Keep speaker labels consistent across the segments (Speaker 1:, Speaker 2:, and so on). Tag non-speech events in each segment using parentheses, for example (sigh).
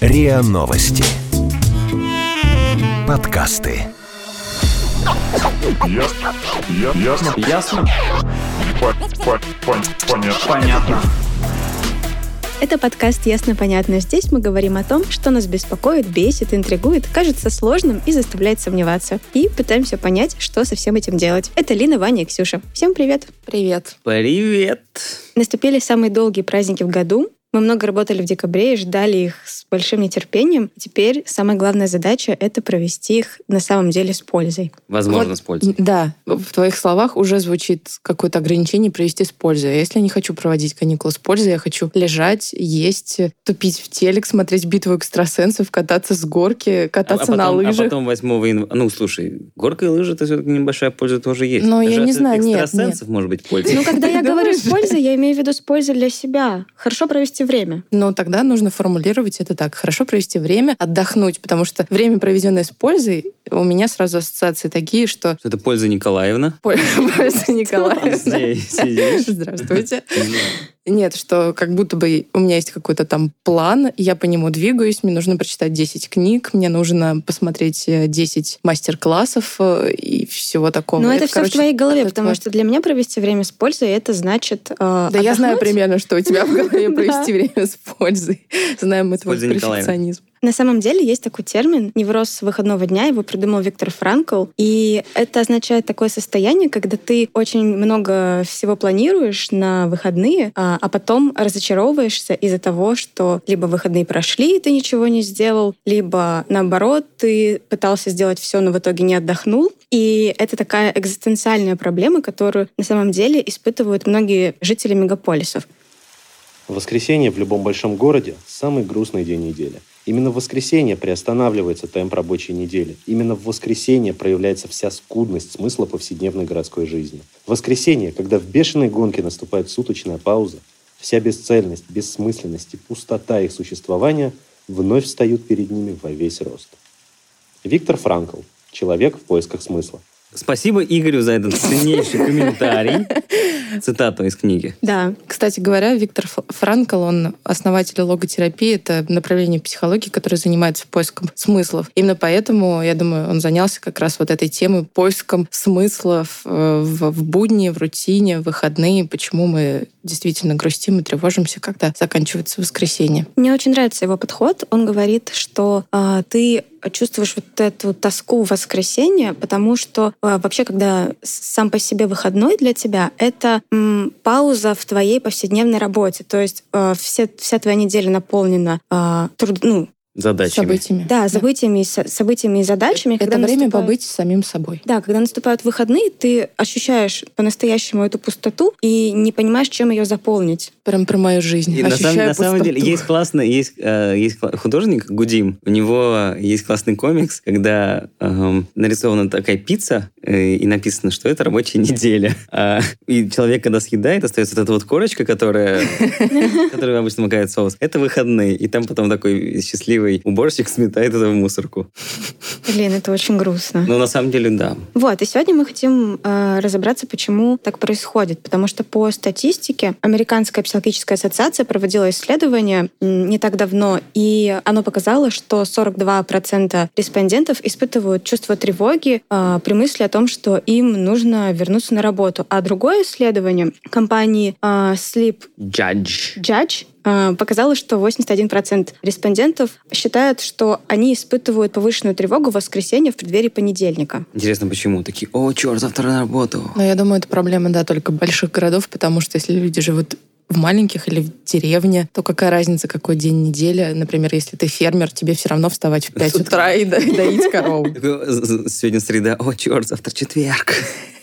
Speaker 1: РИА Новости. Подкасты.
Speaker 2: Ясно. Я- Ясно.
Speaker 3: Ясно?
Speaker 2: По- по- по- Понятно.
Speaker 3: Понятно.
Speaker 4: Это подкаст «Ясно-понятно». Здесь мы говорим о том, что нас беспокоит, бесит, интригует, кажется сложным и заставляет сомневаться. И пытаемся понять, что со всем этим делать. Это Лина, Ваня и Ксюша. Всем привет!
Speaker 5: Привет.
Speaker 3: Привет.
Speaker 4: Наступили самые долгие праздники в году. Мы много работали в декабре и ждали их с большим нетерпением. Теперь самая главная задача — это провести их на самом деле с пользой.
Speaker 3: Возможно,
Speaker 5: Вот,
Speaker 3: с пользой.
Speaker 5: Да, в твоих словах уже звучит какое-то ограничение провести с пользой. А если я не хочу проводить каникулы с пользой, я хочу лежать, есть, тупить в телек, смотреть битву экстрасенсов, кататься с горки,
Speaker 3: А- а
Speaker 5: кататься
Speaker 3: потом-
Speaker 5: на лыжах.
Speaker 3: А потом 8 января... Ну, слушай, горка и лыжи, это все-таки небольшая польза тоже есть.
Speaker 5: Но Ну, я
Speaker 3: Даже
Speaker 5: не
Speaker 3: от
Speaker 5: знаю, нет,
Speaker 3: экстрасенсов может быть польза.
Speaker 4: Ну, когда я
Speaker 5: Ты
Speaker 4: говорю с
Speaker 5: думаешь?
Speaker 4: пользой, я имею в виду с пользой для себя. Хорошо провести время.
Speaker 5: Но тогда нужно формулировать это так. Хорошо провести время, отдохнуть, потому что время, проведенное с пользой, у меня сразу ассоциации такие, что (laughs)
Speaker 3: Что это польза Николаевна.
Speaker 5: Польза Николаевна.
Speaker 3: Здесь сидишь.
Speaker 5: (laughs) Здравствуйте. Нет, что как будто бы у меня есть какой-то там план, я по нему двигаюсь, мне нужно прочитать 10 книг, мне нужно посмотреть э, 10 мастер-классов э, и всего такого.
Speaker 4: Но Ну, это все в
Speaker 5: короче,
Speaker 4: твоей голове,
Speaker 5: это
Speaker 4: потому
Speaker 5: твой-
Speaker 4: что для меня провести время с пользой — это значит э,
Speaker 5: Да я знаю
Speaker 4: отдохнуть.
Speaker 5: примерно, что у тебя в
Speaker 4: (laughs)
Speaker 5: голове провести время с пользой. Знаем мы твой
Speaker 3: пользой Николаевна.
Speaker 5: перфекционизм.
Speaker 4: На самом деле есть такой термин «невроз выходного дня», его придумал Виктор Франкл, и это означает такое состояние, когда ты очень много всего планируешь на выходные, а а потом разочаровываешься из-за того, что либо выходные прошли, и ты ничего не сделал, либо наоборот, ты пытался сделать все, но в итоге не отдохнул. И это такая экзистенциальная проблема, которую на самом деле испытывают многие жители мегаполисов.
Speaker 6: Воскресенье в любом большом городе – самый грустный день недели. Именно в воскресенье приостанавливается темп рабочей недели. Именно в воскресенье проявляется вся скудность смысла повседневной городской жизни. В воскресенье, когда в бешеной гонке наступает суточная пауза, вся бесцельность, бессмысленность и пустота их существования вновь встают перед ними во весь рост. Виктор Франкл. Человек в поисках смысла.
Speaker 3: Спасибо Игорю за этот ценнейший
Speaker 5: (laughs)
Speaker 3: комментарий. Цитату из книги.
Speaker 4: Да,
Speaker 5: Кстати говоря, Виктор Ф- Франкл, он основатель логотерапии, это направление психологии, которое занимается поиском смыслов. Именно поэтому, я думаю, он занялся как раз вот этой темой, поиском смыслов э, в, в будни, в рутине, в выходные, почему мы действительно грустим и тревожимся, когда заканчивается воскресенье.
Speaker 4: Мне очень нравится его подход. Он говорит, что а, ты чувствуешь вот эту тоску в воскресенье, потому что а, вообще, когда с- сам по себе выходной для тебя, это м, пауза в твоей повседневной работе. То есть а, все, вся твоя неделя наполнена а, труд- ну,
Speaker 5: С
Speaker 3: Задачами.
Speaker 5: событиями.
Speaker 4: да, событиями, и со- событиями и задачами.
Speaker 5: Это
Speaker 4: Когда
Speaker 5: время
Speaker 4: наступает-
Speaker 5: побыть с самим собой.
Speaker 4: Да, когда наступают выходные, ты ощущаешь по-настоящему эту пустоту и не понимаешь, чем ее заполнить.
Speaker 5: Прям про мою жизнь.
Speaker 3: И на самом,
Speaker 5: Ощущаю
Speaker 3: на самом деле
Speaker 5: пустоту.
Speaker 3: есть классный есть, э, есть кла- художник Гудим. У него есть классный комикс, когда эм, нарисована такая пицца э, и написано, что это рабочая неделя. А, и человек, когда съедает, остается вот эта вот корочка, которая, (laughs) которая обычно макает соус. Это выходные. И там потом такой счастливый уборщик сметает это в мусорку.
Speaker 4: Блин, это очень грустно.
Speaker 3: Но на самом деле, да.
Speaker 4: Вот, и сегодня мы хотим э, разобраться, почему так происходит. Потому что по статистике Американская психологическая ассоциация проводила исследование м, не так давно, и оно показало, что 42% респондентов испытывают чувство тревоги э, при мысли о том, что им нужно вернуться на работу. А другое исследование компании э, Sleep
Speaker 3: Judge.
Speaker 4: Judge э, показало, что 81% респондентов считают, что они испытывают повышенную тревогу в воскресенье в преддверии понедельника.
Speaker 3: Интересно, почему? Такие, о, черт, завтра на работу.
Speaker 5: Но я думаю, это проблема, да, только больших городов, потому что если люди живут в маленьких или в деревне, то какая разница, какой день недели? Например, если ты фермер, тебе все равно вставать в 5 утра и до- и (laughs) доить корову.
Speaker 3: Такой, «З- з- Сегодня среда, о, черт, завтра четверг.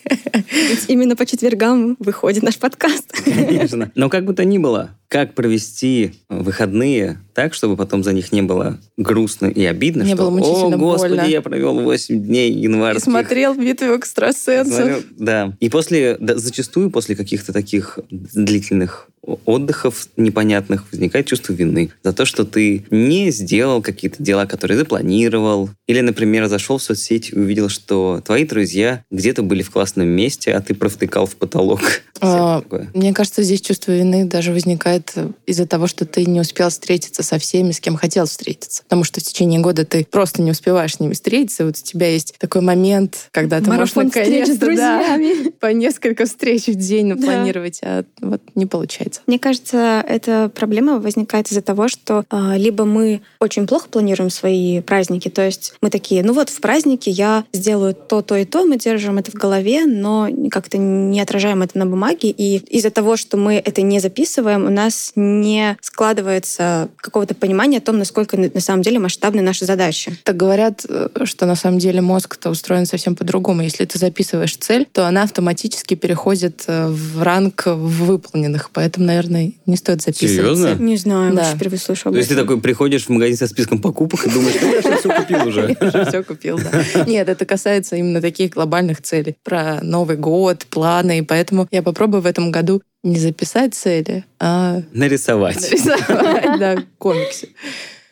Speaker 4: Ведь (laughs) именно по четвергам выходит наш подкаст.
Speaker 3: Конечно. Но как бы то ни было, как провести выходные так, чтобы потом за них не было грустно и обидно,
Speaker 5: Не
Speaker 3: что
Speaker 5: было мучительно
Speaker 3: «О, господи,
Speaker 5: больно».
Speaker 3: я провел 8 дней
Speaker 5: И
Speaker 3: январских».
Speaker 5: смотрел битву экстрасенсов.
Speaker 3: Смотрел, да. И после, да, зачастую после каких-то таких длительных отдыхов непонятных возникает чувство вины за то, что ты не сделал какие-то дела, которые запланировал. Или, например, зашел в соцсеть и увидел, что твои друзья где-то были в классном месте, а ты провтыкал в потолок.
Speaker 5: А,
Speaker 3: Всякое такое.
Speaker 5: Мне кажется, здесь чувство вины даже возникает э, из-за того, что ты не успел встретиться со всеми, с кем хотел встретиться. Потому что в течение года ты просто не успеваешь с ними встретиться. И Вот у тебя есть такой момент, когда ты
Speaker 4: Марафон
Speaker 5: можешь
Speaker 4: встреч с
Speaker 5: наконец-то, да,
Speaker 4: друзьями.
Speaker 5: (laughs) по несколько встреч в день
Speaker 4: Да.
Speaker 5: планировать, а вот не получается.
Speaker 4: (laughs) Мне кажется, эта проблема возникает из-за того, что а, либо мы очень плохо планируем свои праздники, то есть мы такие, ну вот в празднике я сделаю то, то и то, мы держим это в голове, но как-то не отражаем это на бумаге, и из-за того, что мы это не записываем, у нас не складывается какого-то понимания о том, насколько на на самом деле масштабны наши задачи.
Speaker 5: Так говорят, э, что на самом деле мозг-то устроен совсем по-другому. Если ты записываешь цель, то она автоматически переходит э, в ранг выполненных. Поэтому, наверное, не стоит записывать.
Speaker 3: Серьезно?
Speaker 5: цель.
Speaker 4: Не знаю,
Speaker 5: Да.
Speaker 4: я впервые слышу об
Speaker 3: То есть ты
Speaker 4: этом.
Speaker 3: такой приходишь в магазин со списком покупок и думаешь, ну я же все купил уже.
Speaker 5: (laughs) Я уже все купил, да. Нет, это касается именно таких глобальных целей. Про Новый год, планы. И поэтому я попробую в этом году не записать цели, а
Speaker 3: Нарисовать.
Speaker 5: нарисовать, (laughs) да, комиксы.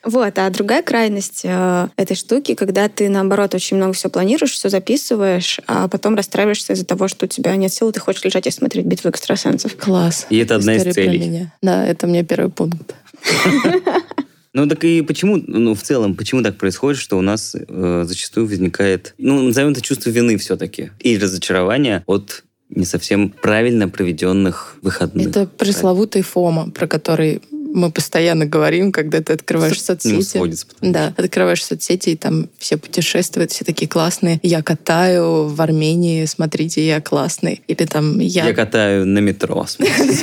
Speaker 4: Вот, а другая крайность э, этой штуки, когда ты, наоборот, очень много все планируешь, все записываешь, а потом расстраиваешься из-за того, что у тебя нет сил, и ты хочешь лежать и смотреть битву экстрасенсов.
Speaker 5: Класс.
Speaker 3: И это одна из
Speaker 5: История про
Speaker 3: целей.
Speaker 5: меня. Да, это мне первый пункт.
Speaker 3: Ну так и почему, ну в целом, почему так происходит, что у нас э, зачастую возникает, ну назовем это чувство вины все-таки, и разочарование от не совсем правильно проведенных выходных.
Speaker 5: Это пресловутый ФОМА, про который мы постоянно говорим, когда ты открываешь
Speaker 3: К нему
Speaker 5: соцсети.
Speaker 3: сводится, потому
Speaker 5: Да, открываешь соцсети, и там все путешествуют, все такие классные. Я катаю в Армении, смотрите, я классный. Или там
Speaker 3: что
Speaker 5: я,
Speaker 3: Я катаю на метро. смотрите.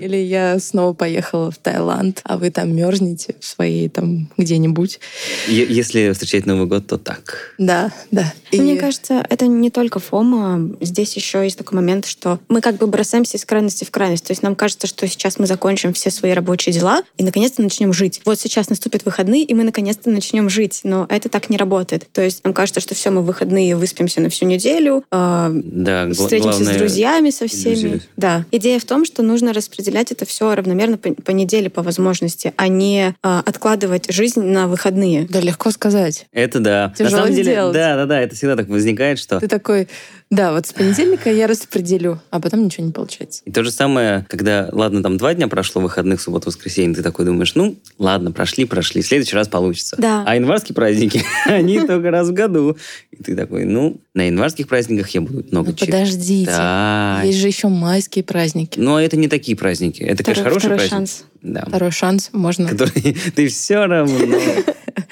Speaker 5: или я снова поехала в Таиланд, а вы там мерзнете в своей там где-нибудь.
Speaker 3: Е- Если встречать Новый год, то так.
Speaker 5: Да, да. И-
Speaker 4: Мне кажется, это не только фома. Здесь еще есть такой момент, что мы как бы бросаемся из крайности в крайность. То есть нам кажется, что сейчас мы закончим все свои рабочие дела и наконец-то начнем жить. Вот сейчас наступят выходные, и мы наконец-то начнем жить. Но это так не работает. То есть нам кажется, что все, мы в выходные выспимся на всю неделю, э,
Speaker 3: Да, гла-
Speaker 4: Встретимся
Speaker 3: главное-
Speaker 4: с друзьями, со всеми.
Speaker 3: иллюзия.
Speaker 4: Да. Идея в том, что нужно распределять это все равномерно по, по неделе, по возможности, а не а, откладывать жизнь на выходные.
Speaker 5: Да, легко сказать.
Speaker 3: Это да.
Speaker 5: Тяжело
Speaker 3: На самом деле,
Speaker 5: сделать.
Speaker 3: да, да, да, это всегда так возникает, что
Speaker 5: Ты такой, да, вот с понедельника я распределю, а потом ничего не получается.
Speaker 3: И то же самое, когда, ладно, там два дня прошло, выходных, суббота, воскресенье, ты такой думаешь, ну, ладно, прошли, прошли, в следующий раз получится.
Speaker 4: Да.
Speaker 3: А январские праздники, (laughs) они только раз в году. И ты такой, ну, на январских праздниках я буду много
Speaker 5: Ну,
Speaker 3: чего.
Speaker 5: подождите.
Speaker 3: Да. Ну,
Speaker 5: Есть же еще майские праздники.
Speaker 3: Но это не такие праздники. Это, конечно, хорошие
Speaker 4: Второй- второй
Speaker 3: праздники.
Speaker 4: шанс.
Speaker 3: Да.
Speaker 5: Второй шанс можно.
Speaker 3: Которые (laughs) ты все равно
Speaker 5: (laughs)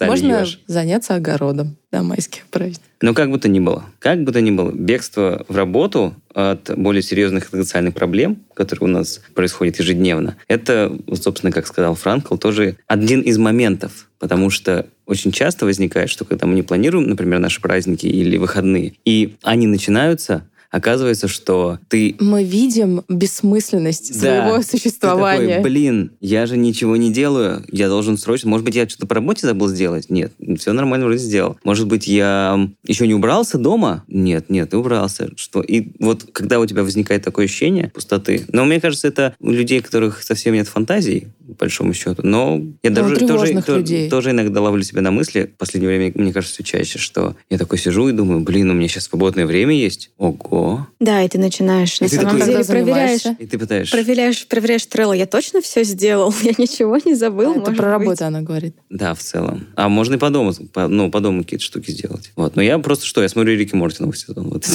Speaker 5: Можно
Speaker 3: сольешь.
Speaker 5: заняться огородом до майских праздников.
Speaker 3: Но как бы то ни было, как бы то ни было, бегство в работу от более серьезных социальных проблем, которые у нас происходят ежедневно, это, вот, собственно, как сказал Франкл, тоже один из моментов, потому что очень часто возникает, что когда мы не планируем, например, наши праздники или выходные, и они начинаются, оказывается, что ты
Speaker 5: Мы видим бессмысленность
Speaker 3: да,
Speaker 5: своего
Speaker 3: ты
Speaker 5: существования.
Speaker 3: такой, Блин, я же ничего не делаю. Я должен срочно. Может быть, я что-то по работе забыл сделать? Нет, все нормально вроде сделал. Может быть, я еще не убрался дома? Нет, нет, ты убрался. Что? И вот когда у тебя возникает такое ощущение пустоты. Но мне кажется, это у людей, у которых совсем нет фантазий, по большому счету. Но я
Speaker 5: Да, Ну, у
Speaker 3: даже тоже,
Speaker 5: тревожных
Speaker 3: то-
Speaker 5: людей.
Speaker 3: тоже иногда ловлю себя на мысли. В последнее время, мне кажется, все чаще, что я такой сижу и думаю, блин, у меня сейчас свободное время есть. Ого.
Speaker 4: Да, и ты начинаешь на
Speaker 3: И ты
Speaker 4: самом
Speaker 3: такой-
Speaker 4: деле
Speaker 5: Когда
Speaker 4: проверяешь,
Speaker 5: занимаешься?
Speaker 3: И ты пытаешься...
Speaker 4: проверяешь, проверяешь трелло. Я точно все сделал, (laughs) я ничего не забыл.
Speaker 5: это
Speaker 4: может
Speaker 5: про
Speaker 4: быть.
Speaker 5: работу она говорит.
Speaker 3: Да, в целом. А можно и по дому, по- ну, по дому какие-то штуки сделать. Вот. Но я просто что, я смотрю Рики Морти новый сезон. Вот.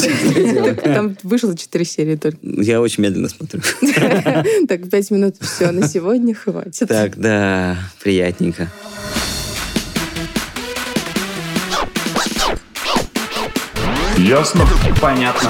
Speaker 5: Там вышло 4 серии только.
Speaker 3: Я очень медленно смотрю.
Speaker 5: (laughs) Так, 5 минут, все, на сегодня хватит.
Speaker 3: Так, да, приятненько.
Speaker 2: Ясно? Понятно.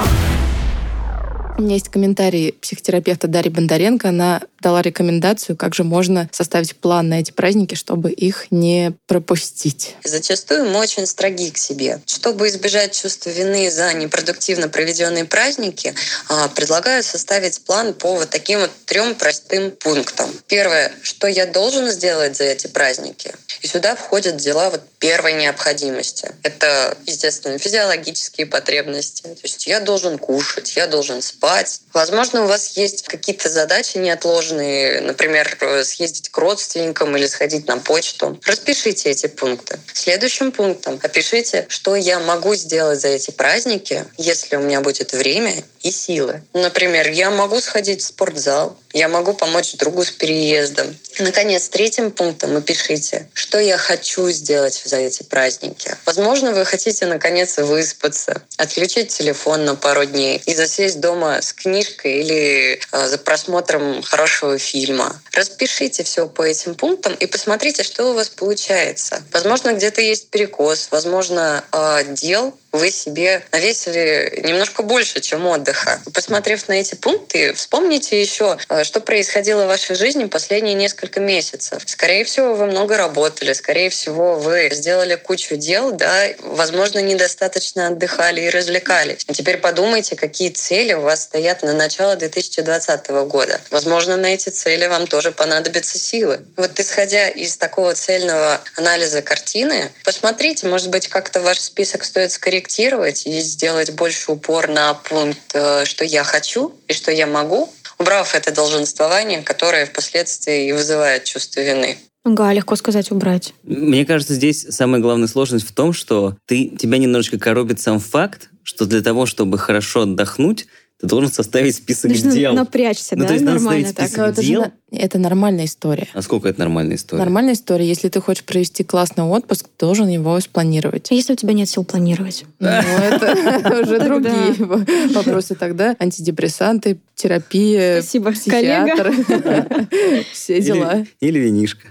Speaker 5: У меня есть комментарий психотерапевта Дарьи Бондаренко. Она дала рекомендацию, как же можно составить план на эти праздники, чтобы их не пропустить.
Speaker 1: Зачастую мы очень строги к себе. Чтобы избежать чувства вины за непродуктивно проведенные праздники, а, предлагаю составить план по вот таким вот трем простым пунктам. Первое, что я должен сделать за эти праздники. И сюда входят дела вот первой необходимости. Это, естественно, физиологические потребности. То есть я должен кушать, я должен спать. Возможно, у вас есть какие-то задачи неотложные, например, э, съездить к родственникам или сходить на почту. Распишите эти пункты. Следующим пунктом опишите, что я могу сделать за эти праздники, если у меня будет время и силы. Например, я могу сходить в спортзал, я могу помочь другу с переездом. И, наконец, третьим пунктом опишите, что я хочу сделать за эти праздники. Возможно, вы хотите, наконец, выспаться, отключить телефон на пару дней и засесть дома с книжкой или э, за просмотром хорошего фильма. Распишите все по этим пунктам и посмотрите, что у вас получается. Возможно, где-то есть перекос, возможно, э, дел вы себе навесили немножко больше, чем отдыха. Посмотрев на эти пункты, вспомните еще, что происходило в вашей жизни последние несколько месяцев. Скорее всего, вы много работали, скорее всего, вы сделали кучу дел, да, возможно, недостаточно отдыхали и развлекались. А теперь подумайте, какие цели у вас стоят на начало 2020 года. Возможно, на эти цели вам тоже понадобятся силы. Вот исходя из такого цельного анализа картины, посмотрите, может быть, как-то ваш список стоит скорректировать скорректировать и сделать больше упор на пункт, э, что я хочу и что я могу, убрав это долженствование, которое впоследствии и вызывает чувство вины.
Speaker 4: Ага, легко сказать убрать.
Speaker 3: Мне кажется, здесь самая главная сложность в том, что ты, тебя немножечко коробит сам факт, что для того, чтобы хорошо отдохнуть, ты должен составить список
Speaker 4: Нужно
Speaker 3: дел.
Speaker 4: напрячься,
Speaker 3: ну,
Speaker 4: да?
Speaker 3: то есть
Speaker 4: Нормально
Speaker 3: надо
Speaker 4: так.
Speaker 3: составить список
Speaker 5: это,
Speaker 3: дел.
Speaker 5: же на- это нормальная история.
Speaker 3: А сколько это нормальная история?
Speaker 5: Нормальная история. Если ты хочешь провести классный отпуск, ты должен его спланировать.
Speaker 3: (laughs)
Speaker 4: А если у тебя нет сил планировать?
Speaker 5: Ну, это (laughs) уже
Speaker 4: Тогда.
Speaker 5: другие в- вопросы тогда. Антидепрессанты, терапия,
Speaker 4: Спасибо,
Speaker 5: Э, психиатр, (laughs) все
Speaker 3: Или-
Speaker 5: дела.
Speaker 3: Или винишка.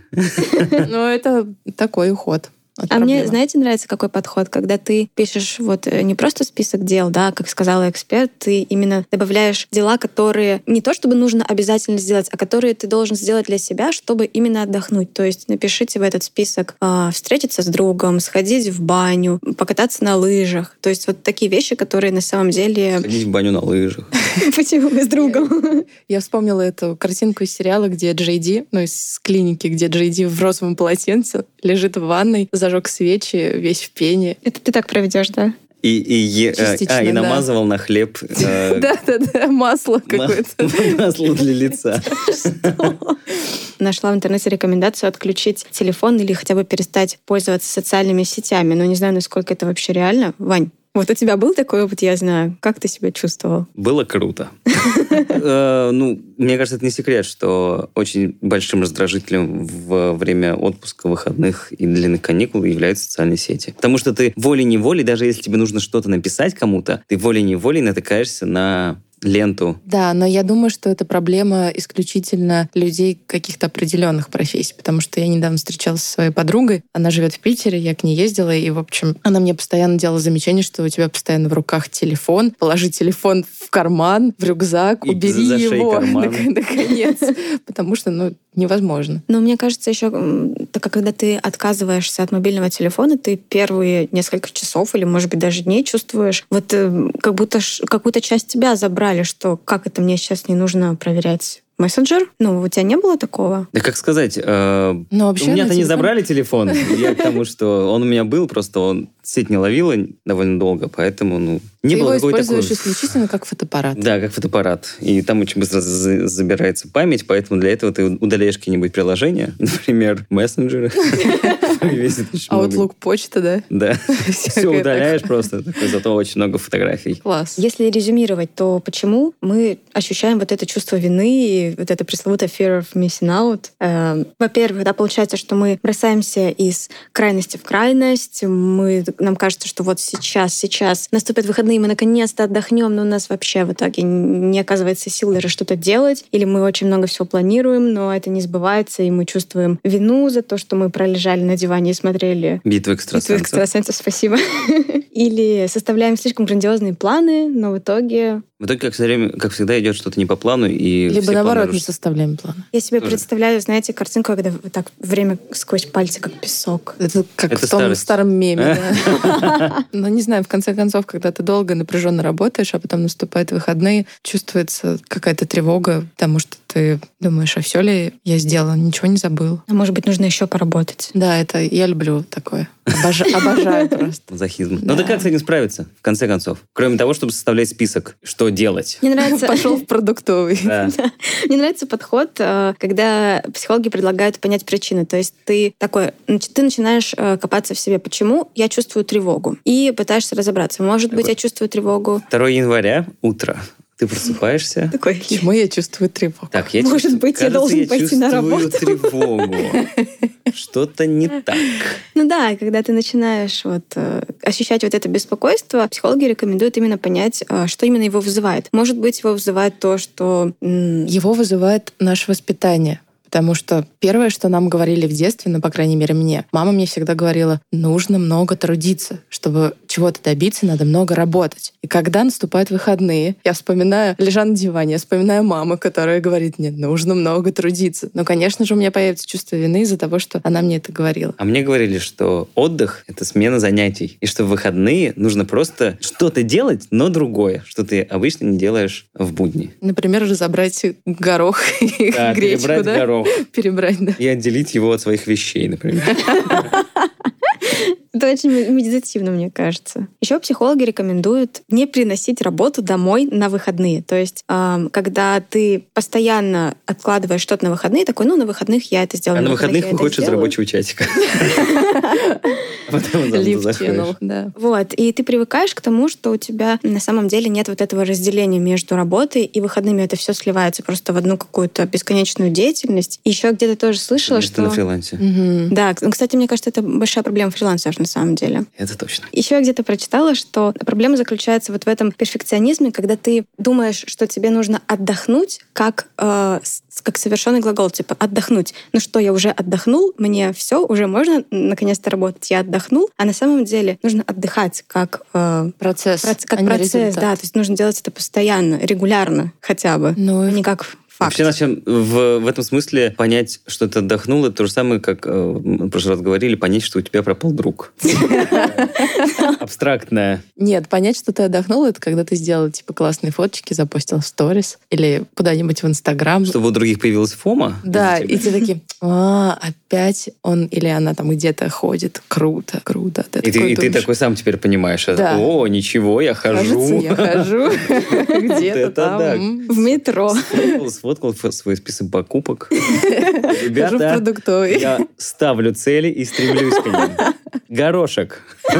Speaker 5: Но это такой уход. от
Speaker 4: А мне,
Speaker 5: проблемы.
Speaker 4: знаете, нравится какой подход, когда ты пишешь вот э, не просто список дел, да, как сказала эксперт, ты именно добавляешь дела, которые не то чтобы нужно обязательно сделать, а которые ты должен сделать для себя, чтобы именно отдохнуть. То есть напишите в этот список а, встретиться с другом, сходить в баню, покататься на лыжах. То есть вот такие вещи, которые на самом деле...
Speaker 3: Ходить в баню на лыжах.
Speaker 4: (laughs) Почему вы с другом?
Speaker 5: Я вспомнила эту картинку из сериала, где Джей Ди, ну, из клиники, где Джей Ди в розовом полотенце лежит в ванной, зажег свечи, весь в пене.
Speaker 4: Это ты так проведешь, да?
Speaker 3: И, и, е- а,
Speaker 5: Частично,
Speaker 3: а, и
Speaker 5: да.
Speaker 3: намазывал на хлеб э,
Speaker 5: (laughs) Да-да-да, масло
Speaker 3: ма- (laughs)
Speaker 5: какое-то.
Speaker 3: масло для лица.
Speaker 4: Нашла в интернете рекомендацию отключить телефон или хотя бы перестать пользоваться социальными сетями. Но не знаю, насколько это вообще реально. Вань, вот у тебя был такой опыт, я знаю. Как ты себя чувствовал?
Speaker 3: Было
Speaker 5: (laughs)
Speaker 3: круто. Э, Ну, мне кажется, это не секрет, что очень большим раздражителем во время отпуска, выходных и длинных каникул являются социальные сети. Потому что ты волей-неволей, даже если тебе нужно что-то написать кому-то, ты волей-неволей натыкаешься на ленту
Speaker 5: Да, но я думаю, что это проблема исключительно людей каких-то определенных профессий, потому что я недавно встречалась со своей подругой, она живет в Питере, я к ней ездила, и, в общем, она мне постоянно делала замечание, что у тебя постоянно в руках телефон, положи телефон в карман, в рюкзак,
Speaker 3: И
Speaker 5: убери
Speaker 3: зашей
Speaker 5: его, (laughs)
Speaker 3: карман.
Speaker 5: нак- наконец, потому что, ну, невозможно.
Speaker 4: Но мне кажется, еще м, так как когда ты отказываешься от мобильного телефона, ты первые несколько часов или, может быть, даже дней чувствуешь, вот э, как будто ш- какую-то часть тебя забрали, что как это мне сейчас не нужно проверять мессенджер? Ну, у тебя не было такого?
Speaker 3: Да как сказать, э,
Speaker 5: Но вообще
Speaker 3: у меня-то
Speaker 5: на
Speaker 3: не
Speaker 5: телефон-
Speaker 3: забрали телефон. Я к тому, что он у меня был, просто он сеть не ловила довольно долго, поэтому, ну, не
Speaker 5: Ты
Speaker 3: было
Speaker 5: его
Speaker 3: какой-то такой-
Speaker 5: используешь исключительно как фотоаппарат.
Speaker 3: Да, как фотоаппарат. И там очень быстро за- забирается память, поэтому для этого ты удаляешь какие-нибудь приложения, (laughs) например,
Speaker 5: (laughs)
Speaker 3: мессенджеры. Весит очень много.
Speaker 5: Outlook А почта, да? (laughs)
Speaker 3: Да. Все
Speaker 5: Всякое
Speaker 3: удаляешь
Speaker 5: такое.
Speaker 3: просто, такой, зато очень много фотографий.
Speaker 5: Класс.
Speaker 4: Если резюмировать, то почему мы ощущаем вот это чувство вины и вот это пресловутое fear of missing out? Э, Эм, Во-первых, да, получается, что мы бросаемся из крайности в крайность, мы нам кажется, что вот сейчас, сейчас наступят выходные, мы наконец-то отдохнем, но у нас вообще в итоге не оказывается сил даже что-то делать, или мы очень много всего планируем, но это не сбывается, и мы чувствуем вину за то, что мы пролежали на диване и смотрели
Speaker 3: «Битву экстрасенсов».
Speaker 4: «Битву экстрасенсов», спасибо. (laughs) Или составляем слишком грандиозные планы, но в итоге
Speaker 3: в итоге, как, все время, как всегда, идет что-то не по плану. И
Speaker 5: Либо наоборот, планы... не составляем планы.
Speaker 4: Я себе Тоже. представляю, знаете, картинку, когда так время сквозь пальцы, как песок.
Speaker 5: Это как Это в том старость. старом меме. (laughs) Но не знаю, в конце концов, когда ты долго напряженно работаешь, а потом наступают выходные, чувствуется какая-то тревога, потому что ты думаешь, а все ли я сделала, ничего не забыл.
Speaker 4: А может быть, нужно еще поработать.
Speaker 5: Да, это я люблю такое. Обожа... Обожаю просто.
Speaker 3: Мазохизм. Да. Ну да как с этим справиться, в конце концов? Кроме того, чтобы составлять список, что делать.
Speaker 4: Мне нравится...
Speaker 5: Пошел в
Speaker 4: (laughs)
Speaker 5: продуктовый.
Speaker 3: Да. Да.
Speaker 4: Мне нравится подход, э, когда психологи предлагают понять причины. То есть ты такой, ты начинаешь э, копаться в себе. Почему я чувствую тревогу? И пытаешься разобраться. Может такой. быть, я чувствую тревогу.
Speaker 3: 2 января, утро. Ты просыпаешься.
Speaker 5: Такой, почему я чувствую тревогу?
Speaker 3: Так, я
Speaker 4: Может
Speaker 3: чувствую,
Speaker 4: быть,
Speaker 3: кажется,
Speaker 4: я должен
Speaker 3: я
Speaker 4: пойти на работу.
Speaker 3: тревогу. Что-то не так.
Speaker 4: Ну да, когда ты начинаешь вот э, ощущать вот это беспокойство, психологи рекомендуют именно понять, э, что именно его вызывает. Может быть, его вызывает то, что...
Speaker 5: Его вызывает наше воспитание. Потому что первое, что нам говорили в детстве, ну, по крайней мере, мне, мама мне всегда говорила, нужно много трудиться. Чтобы чего-то добиться, надо много работать. И когда наступают выходные, я вспоминаю, лежа на диване, я вспоминаю маму, которая говорит мне, нужно много трудиться. Но, конечно же, у меня появится чувство вины из-за того, что она мне это говорила.
Speaker 3: А мне говорили, что отдых — это смена занятий. И что в выходные нужно просто что-то делать, но другое, что ты обычно не делаешь в
Speaker 4: (laughs)
Speaker 3: будни.
Speaker 5: Например, разобрать горох (laughs) и
Speaker 3: да,
Speaker 5: гречку, да?
Speaker 3: Горох
Speaker 5: перебрать, да.
Speaker 3: И отделить его от своих вещей,
Speaker 4: (laughs)
Speaker 3: например.
Speaker 4: Это очень медитативно, мне кажется. Еще психологи рекомендуют не приносить работу домой на выходные. То есть, эм, когда ты постоянно откладываешь что-то на выходные, такой, ну, на выходных Ну, я это сделаю.
Speaker 3: А на выходных выходишь из рабочего (laughs)
Speaker 4: (laughs)
Speaker 3: чатика. Ну,
Speaker 5: Потом
Speaker 4: Вот, и ты привыкаешь к тому, что у тебя на самом деле нет вот этого разделения между работой и выходными. Это все сливается просто в одну какую-то бесконечную деятельность. Еще где-то тоже слышала, что...
Speaker 3: на фрилансе.
Speaker 4: Да, ну, кстати, мне кажется, это большая проблема фрилансеров на самом деле.
Speaker 3: Это точно.
Speaker 4: Еще я где-то прочитала, что проблема заключается вот в этом перфекционизме, когда ты думаешь, что тебе нужно отдохнуть, как, э, как совершенный глагол, типа отдохнуть. Ну что, я уже отдохнул, мне все, уже можно наконец-то работать, я отдохнул. А на самом деле нужно отдыхать как э,
Speaker 5: процесс.
Speaker 4: Проц, как а процесс, результат. да. То есть нужно делать это постоянно, регулярно хотя бы.
Speaker 5: Ну,
Speaker 4: а не как
Speaker 3: Факт. Вообще, начнем в, в этом смысле понять, что ты отдохнул, это то же самое, как э, мы в прошлый раз говорили, понять, что у тебя пропал
Speaker 5: (laughs)
Speaker 3: друг. Абстрактное.
Speaker 5: Нет, понять, что ты отдохнул, это когда ты сделал, типа, классные фоточки, запостил в сторис или куда-нибудь в Инстаграм.
Speaker 3: Чтобы у других появилась фома.
Speaker 5: Да, и ты такие, а, опять он или она там где-то ходит. Круто, круто.
Speaker 3: И ты такой сам теперь понимаешь. э, О, ничего, я хожу. (laughs)
Speaker 5: я хожу где-то там.
Speaker 4: В метро
Speaker 3: сфоткал свой список покупок.
Speaker 5: (laughs) Ребята,
Speaker 3: я ставлю цели и стремлюсь к ним. Горошек.
Speaker 5: (laughs)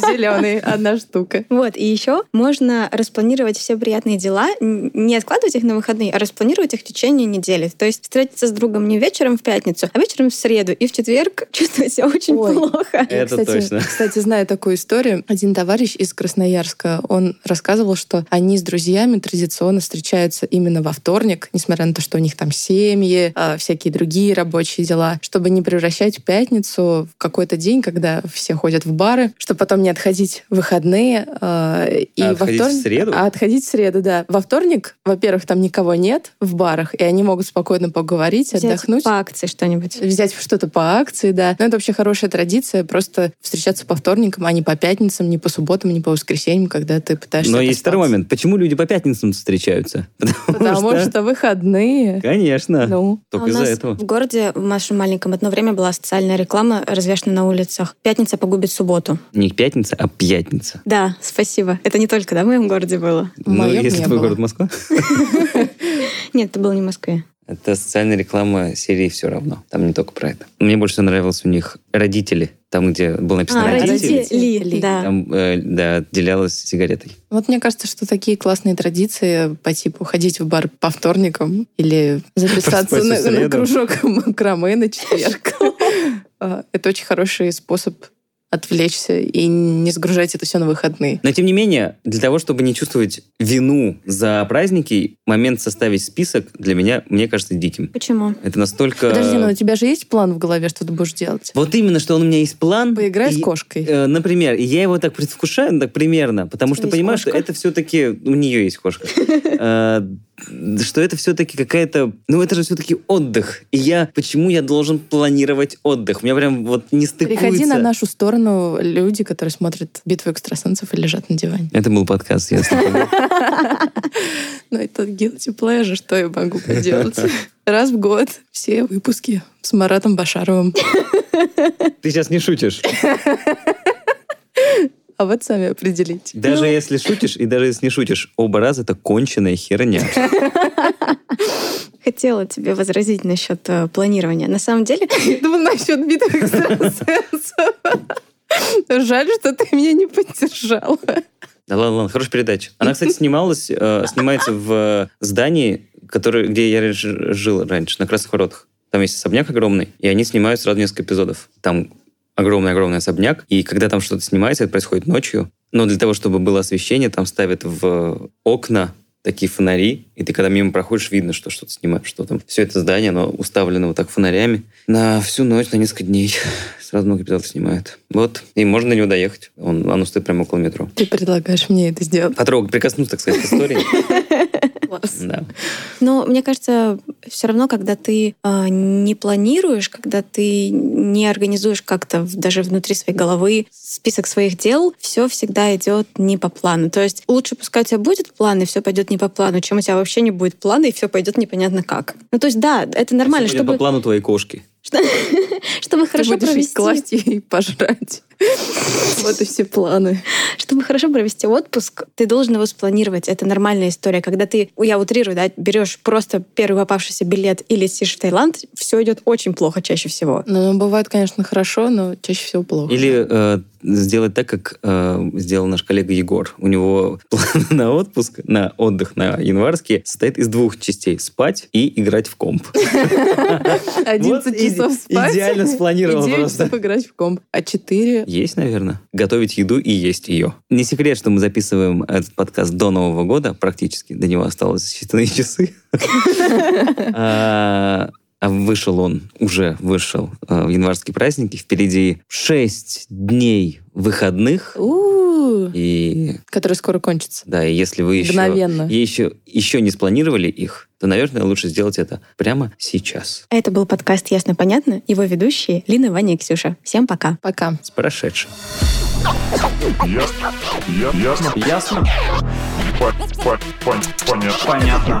Speaker 5: Зеленый, одна штука.
Speaker 4: Вот, и еще можно распланировать все приятные дела, не откладывать их на выходные, а распланировать их в течение недели. То есть встретиться с другом не вечером в пятницу, а вечером в среду. И в четверг (laughs) чувствовать себя очень Ой, плохо.
Speaker 3: Это
Speaker 5: я, кстати,
Speaker 3: точно.
Speaker 5: Кстати, знаю такую историю. Один товарищ из Красноярска, он рассказывал, что они с друзьями традиционно встречаются именно во вторник, несмотря на то, что у них там семьи, а, всякие другие рабочие дела, чтобы не превращать пятницу в какой-то день, когда все ходят в бары, чтобы потом не отходить в выходные. Э, и
Speaker 3: а
Speaker 5: во
Speaker 3: отходить
Speaker 5: вторник...
Speaker 3: в среду?
Speaker 5: А отходить в среду, да. Во вторник, во-первых, там никого нет в барах, и они могут спокойно поговорить,
Speaker 4: взять
Speaker 5: отдохнуть.
Speaker 4: по акции что-нибудь.
Speaker 3: Э,
Speaker 5: Взять что-то по акции, да. Но это вообще хорошая традиция, просто встречаться по вторникам, а не по пятницам, не по субботам, не по воскресеньям, когда ты пытаешься...
Speaker 3: Но есть второй момент. Почему люди по пятницам встречаются? (laughs)
Speaker 5: Потому, Потому что... что выходные.
Speaker 3: Конечно.
Speaker 5: Ну.
Speaker 3: Только а из-за этого.
Speaker 4: в городе, в нашем маленьком, одно время была социальная реклама, развешена на улицах. Пятница погубит субботу.
Speaker 3: Не пятница, а пятница.
Speaker 4: Да, спасибо. Это не только, да, в моем городе было?
Speaker 3: Ну,
Speaker 5: моем
Speaker 3: если
Speaker 5: не
Speaker 3: твой
Speaker 5: было.
Speaker 3: город Москва.
Speaker 4: Нет, это было не в Москве.
Speaker 3: Это социальная реклама серии «Все равно». Там не только про это. Мне больше нравилось у них «Родители». Там, где было написано
Speaker 4: А,
Speaker 3: «Родители».
Speaker 4: родители, да.
Speaker 3: Там, э, да, отделялась сигаретой.
Speaker 5: Вот мне кажется, что такие классные традиции по типу ходить в бар по вторникам или записаться
Speaker 3: Проспать
Speaker 5: на,
Speaker 3: в
Speaker 5: на
Speaker 3: среду.
Speaker 5: (laughs) кружок макраме на четверг. А, Это очень хороший способ отвлечься и не сгружать это все на выходные.
Speaker 3: Но тем не менее, для того, чтобы не чувствовать вину за праздники, момент составить список для меня, мне кажется, диким.
Speaker 4: Почему?
Speaker 3: Это настолько...
Speaker 5: Подожди, но у тебя же есть план в голове, что ты будешь делать?
Speaker 3: Вот именно, что он у меня есть план.
Speaker 5: Поиграй с кошкой.
Speaker 3: э, например, и я его так предвкушаю, ну, так примерно, потому
Speaker 4: тебя
Speaker 3: что
Speaker 4: есть
Speaker 3: понимаю, что
Speaker 4: кошка?
Speaker 3: это все-таки... У нее есть
Speaker 5: (laughs)
Speaker 3: кошка. Э, Что это все-таки какая-то... Ну, это же все-таки отдых. И я... Почему я должен планировать отдых? У меня прям вот не стыкуется.
Speaker 5: Приходи на нашу сторону люди, которые смотрят битву экстрасенсов и лежат на диване.
Speaker 3: Это был подкаст, ясно.
Speaker 5: (laughs) Но это guilty pleasure, что я могу
Speaker 3: (laughs)
Speaker 5: поделать. Раз в год все выпуски с Маратом Башаровым.
Speaker 3: Ты сейчас не шутишь.
Speaker 5: А вот сами определите. (laughs)
Speaker 3: Даже если шутишь, и даже если не шутишь, оба раза это конченая херня.
Speaker 4: Хотела тебе возразить насчет э, планирования. На самом деле,
Speaker 5: Я думала Ну, насчет битвы экстрасенсов. Жаль, что ты меня не поддержала.
Speaker 3: Да ладно, ладно, хорошая передача. Она, кстати, снималась, э, снимается в здании, которое, где я реш- жил раньше, на Красных Воротах. Там есть особняк огромный, и они снимают сразу несколько эпизодов. Там огромный-огромный особняк, и когда там что-то снимается, это происходит ночью. Но для того, чтобы было освещение, там ставят в окна такие фонари, и ты, когда мимо проходишь, видно, что что-то снимают, что там. Все это здание, оно уставлено вот так фонарями. На всю ночь, на несколько дней. (laughs) Сразу много эпизодов снимают. Вот. И можно на него доехать. Он, оно стоит прямо около метро
Speaker 5: Ты предлагаешь мне это сделать.
Speaker 3: потрогать, прикоснуться, А так сказать, к
Speaker 4: (laughs)
Speaker 3: истории. Да.
Speaker 4: но мне кажется, все равно, когда ты э, не планируешь, когда ты не организуешь как-то в- даже внутри своей головы список своих дел, все всегда идет не по плану. То есть лучше пускай у тебя будет план, и все пойдет не по плану, чем у тебя вообще не будет плана, и все пойдет непонятно как. Ну, то есть, да, это нормально,
Speaker 3: Если пойдет
Speaker 4: чтобы,
Speaker 3: по плану твоей кошки.
Speaker 4: чтобы
Speaker 5: Ты
Speaker 4: хорошо
Speaker 5: будешь их
Speaker 4: провести.
Speaker 5: класть и пожрать. Вот и все планы.
Speaker 4: Чтобы хорошо провести отпуск, ты должен его спланировать. Это нормальная история. Когда ты, я утрирую, да, берешь просто первый попавшийся билет и летишь в Таиланд, все идет очень плохо чаще всего.
Speaker 5: Ну, ну, бывает, конечно, хорошо, но чаще всего плохо.
Speaker 3: Или э, сделать так, как э, сделал наш коллега Егор. У него (laughs) план на отпуск, на отдых на январский состоит из двух частей. Спать и играть в комп.
Speaker 5: 11
Speaker 3: Вот
Speaker 5: часов
Speaker 3: иде-
Speaker 5: спать.
Speaker 3: идеально спланировал
Speaker 5: и 9
Speaker 3: просто.
Speaker 5: часов играть в комп. А 4
Speaker 3: Есть, наверное. Готовить еду и есть ее. Не секрет, что мы записываем этот подкаст до Нового года, практически. До него осталось считанные (laughs) часы. А а вышел он, уже вышел а, в январские праздники. Впереди 6 дней выходных.
Speaker 5: У,
Speaker 3: И
Speaker 5: который скоро кончится.
Speaker 3: да, и если вы еще,
Speaker 5: Мгновенно.
Speaker 3: еще, еще не спланировали их, то, наверное, лучше сделать это прямо сейчас.
Speaker 4: Это был подкаст «Ясно, понятно». Его ведущие Лина, Ваня и Ксюша. Всем пока.
Speaker 5: Пока.
Speaker 3: С прошедшим.
Speaker 2: Ясно. Я- Ясно.
Speaker 7: Ясно?
Speaker 2: По- по- пон- Понятно.
Speaker 7: Понятно.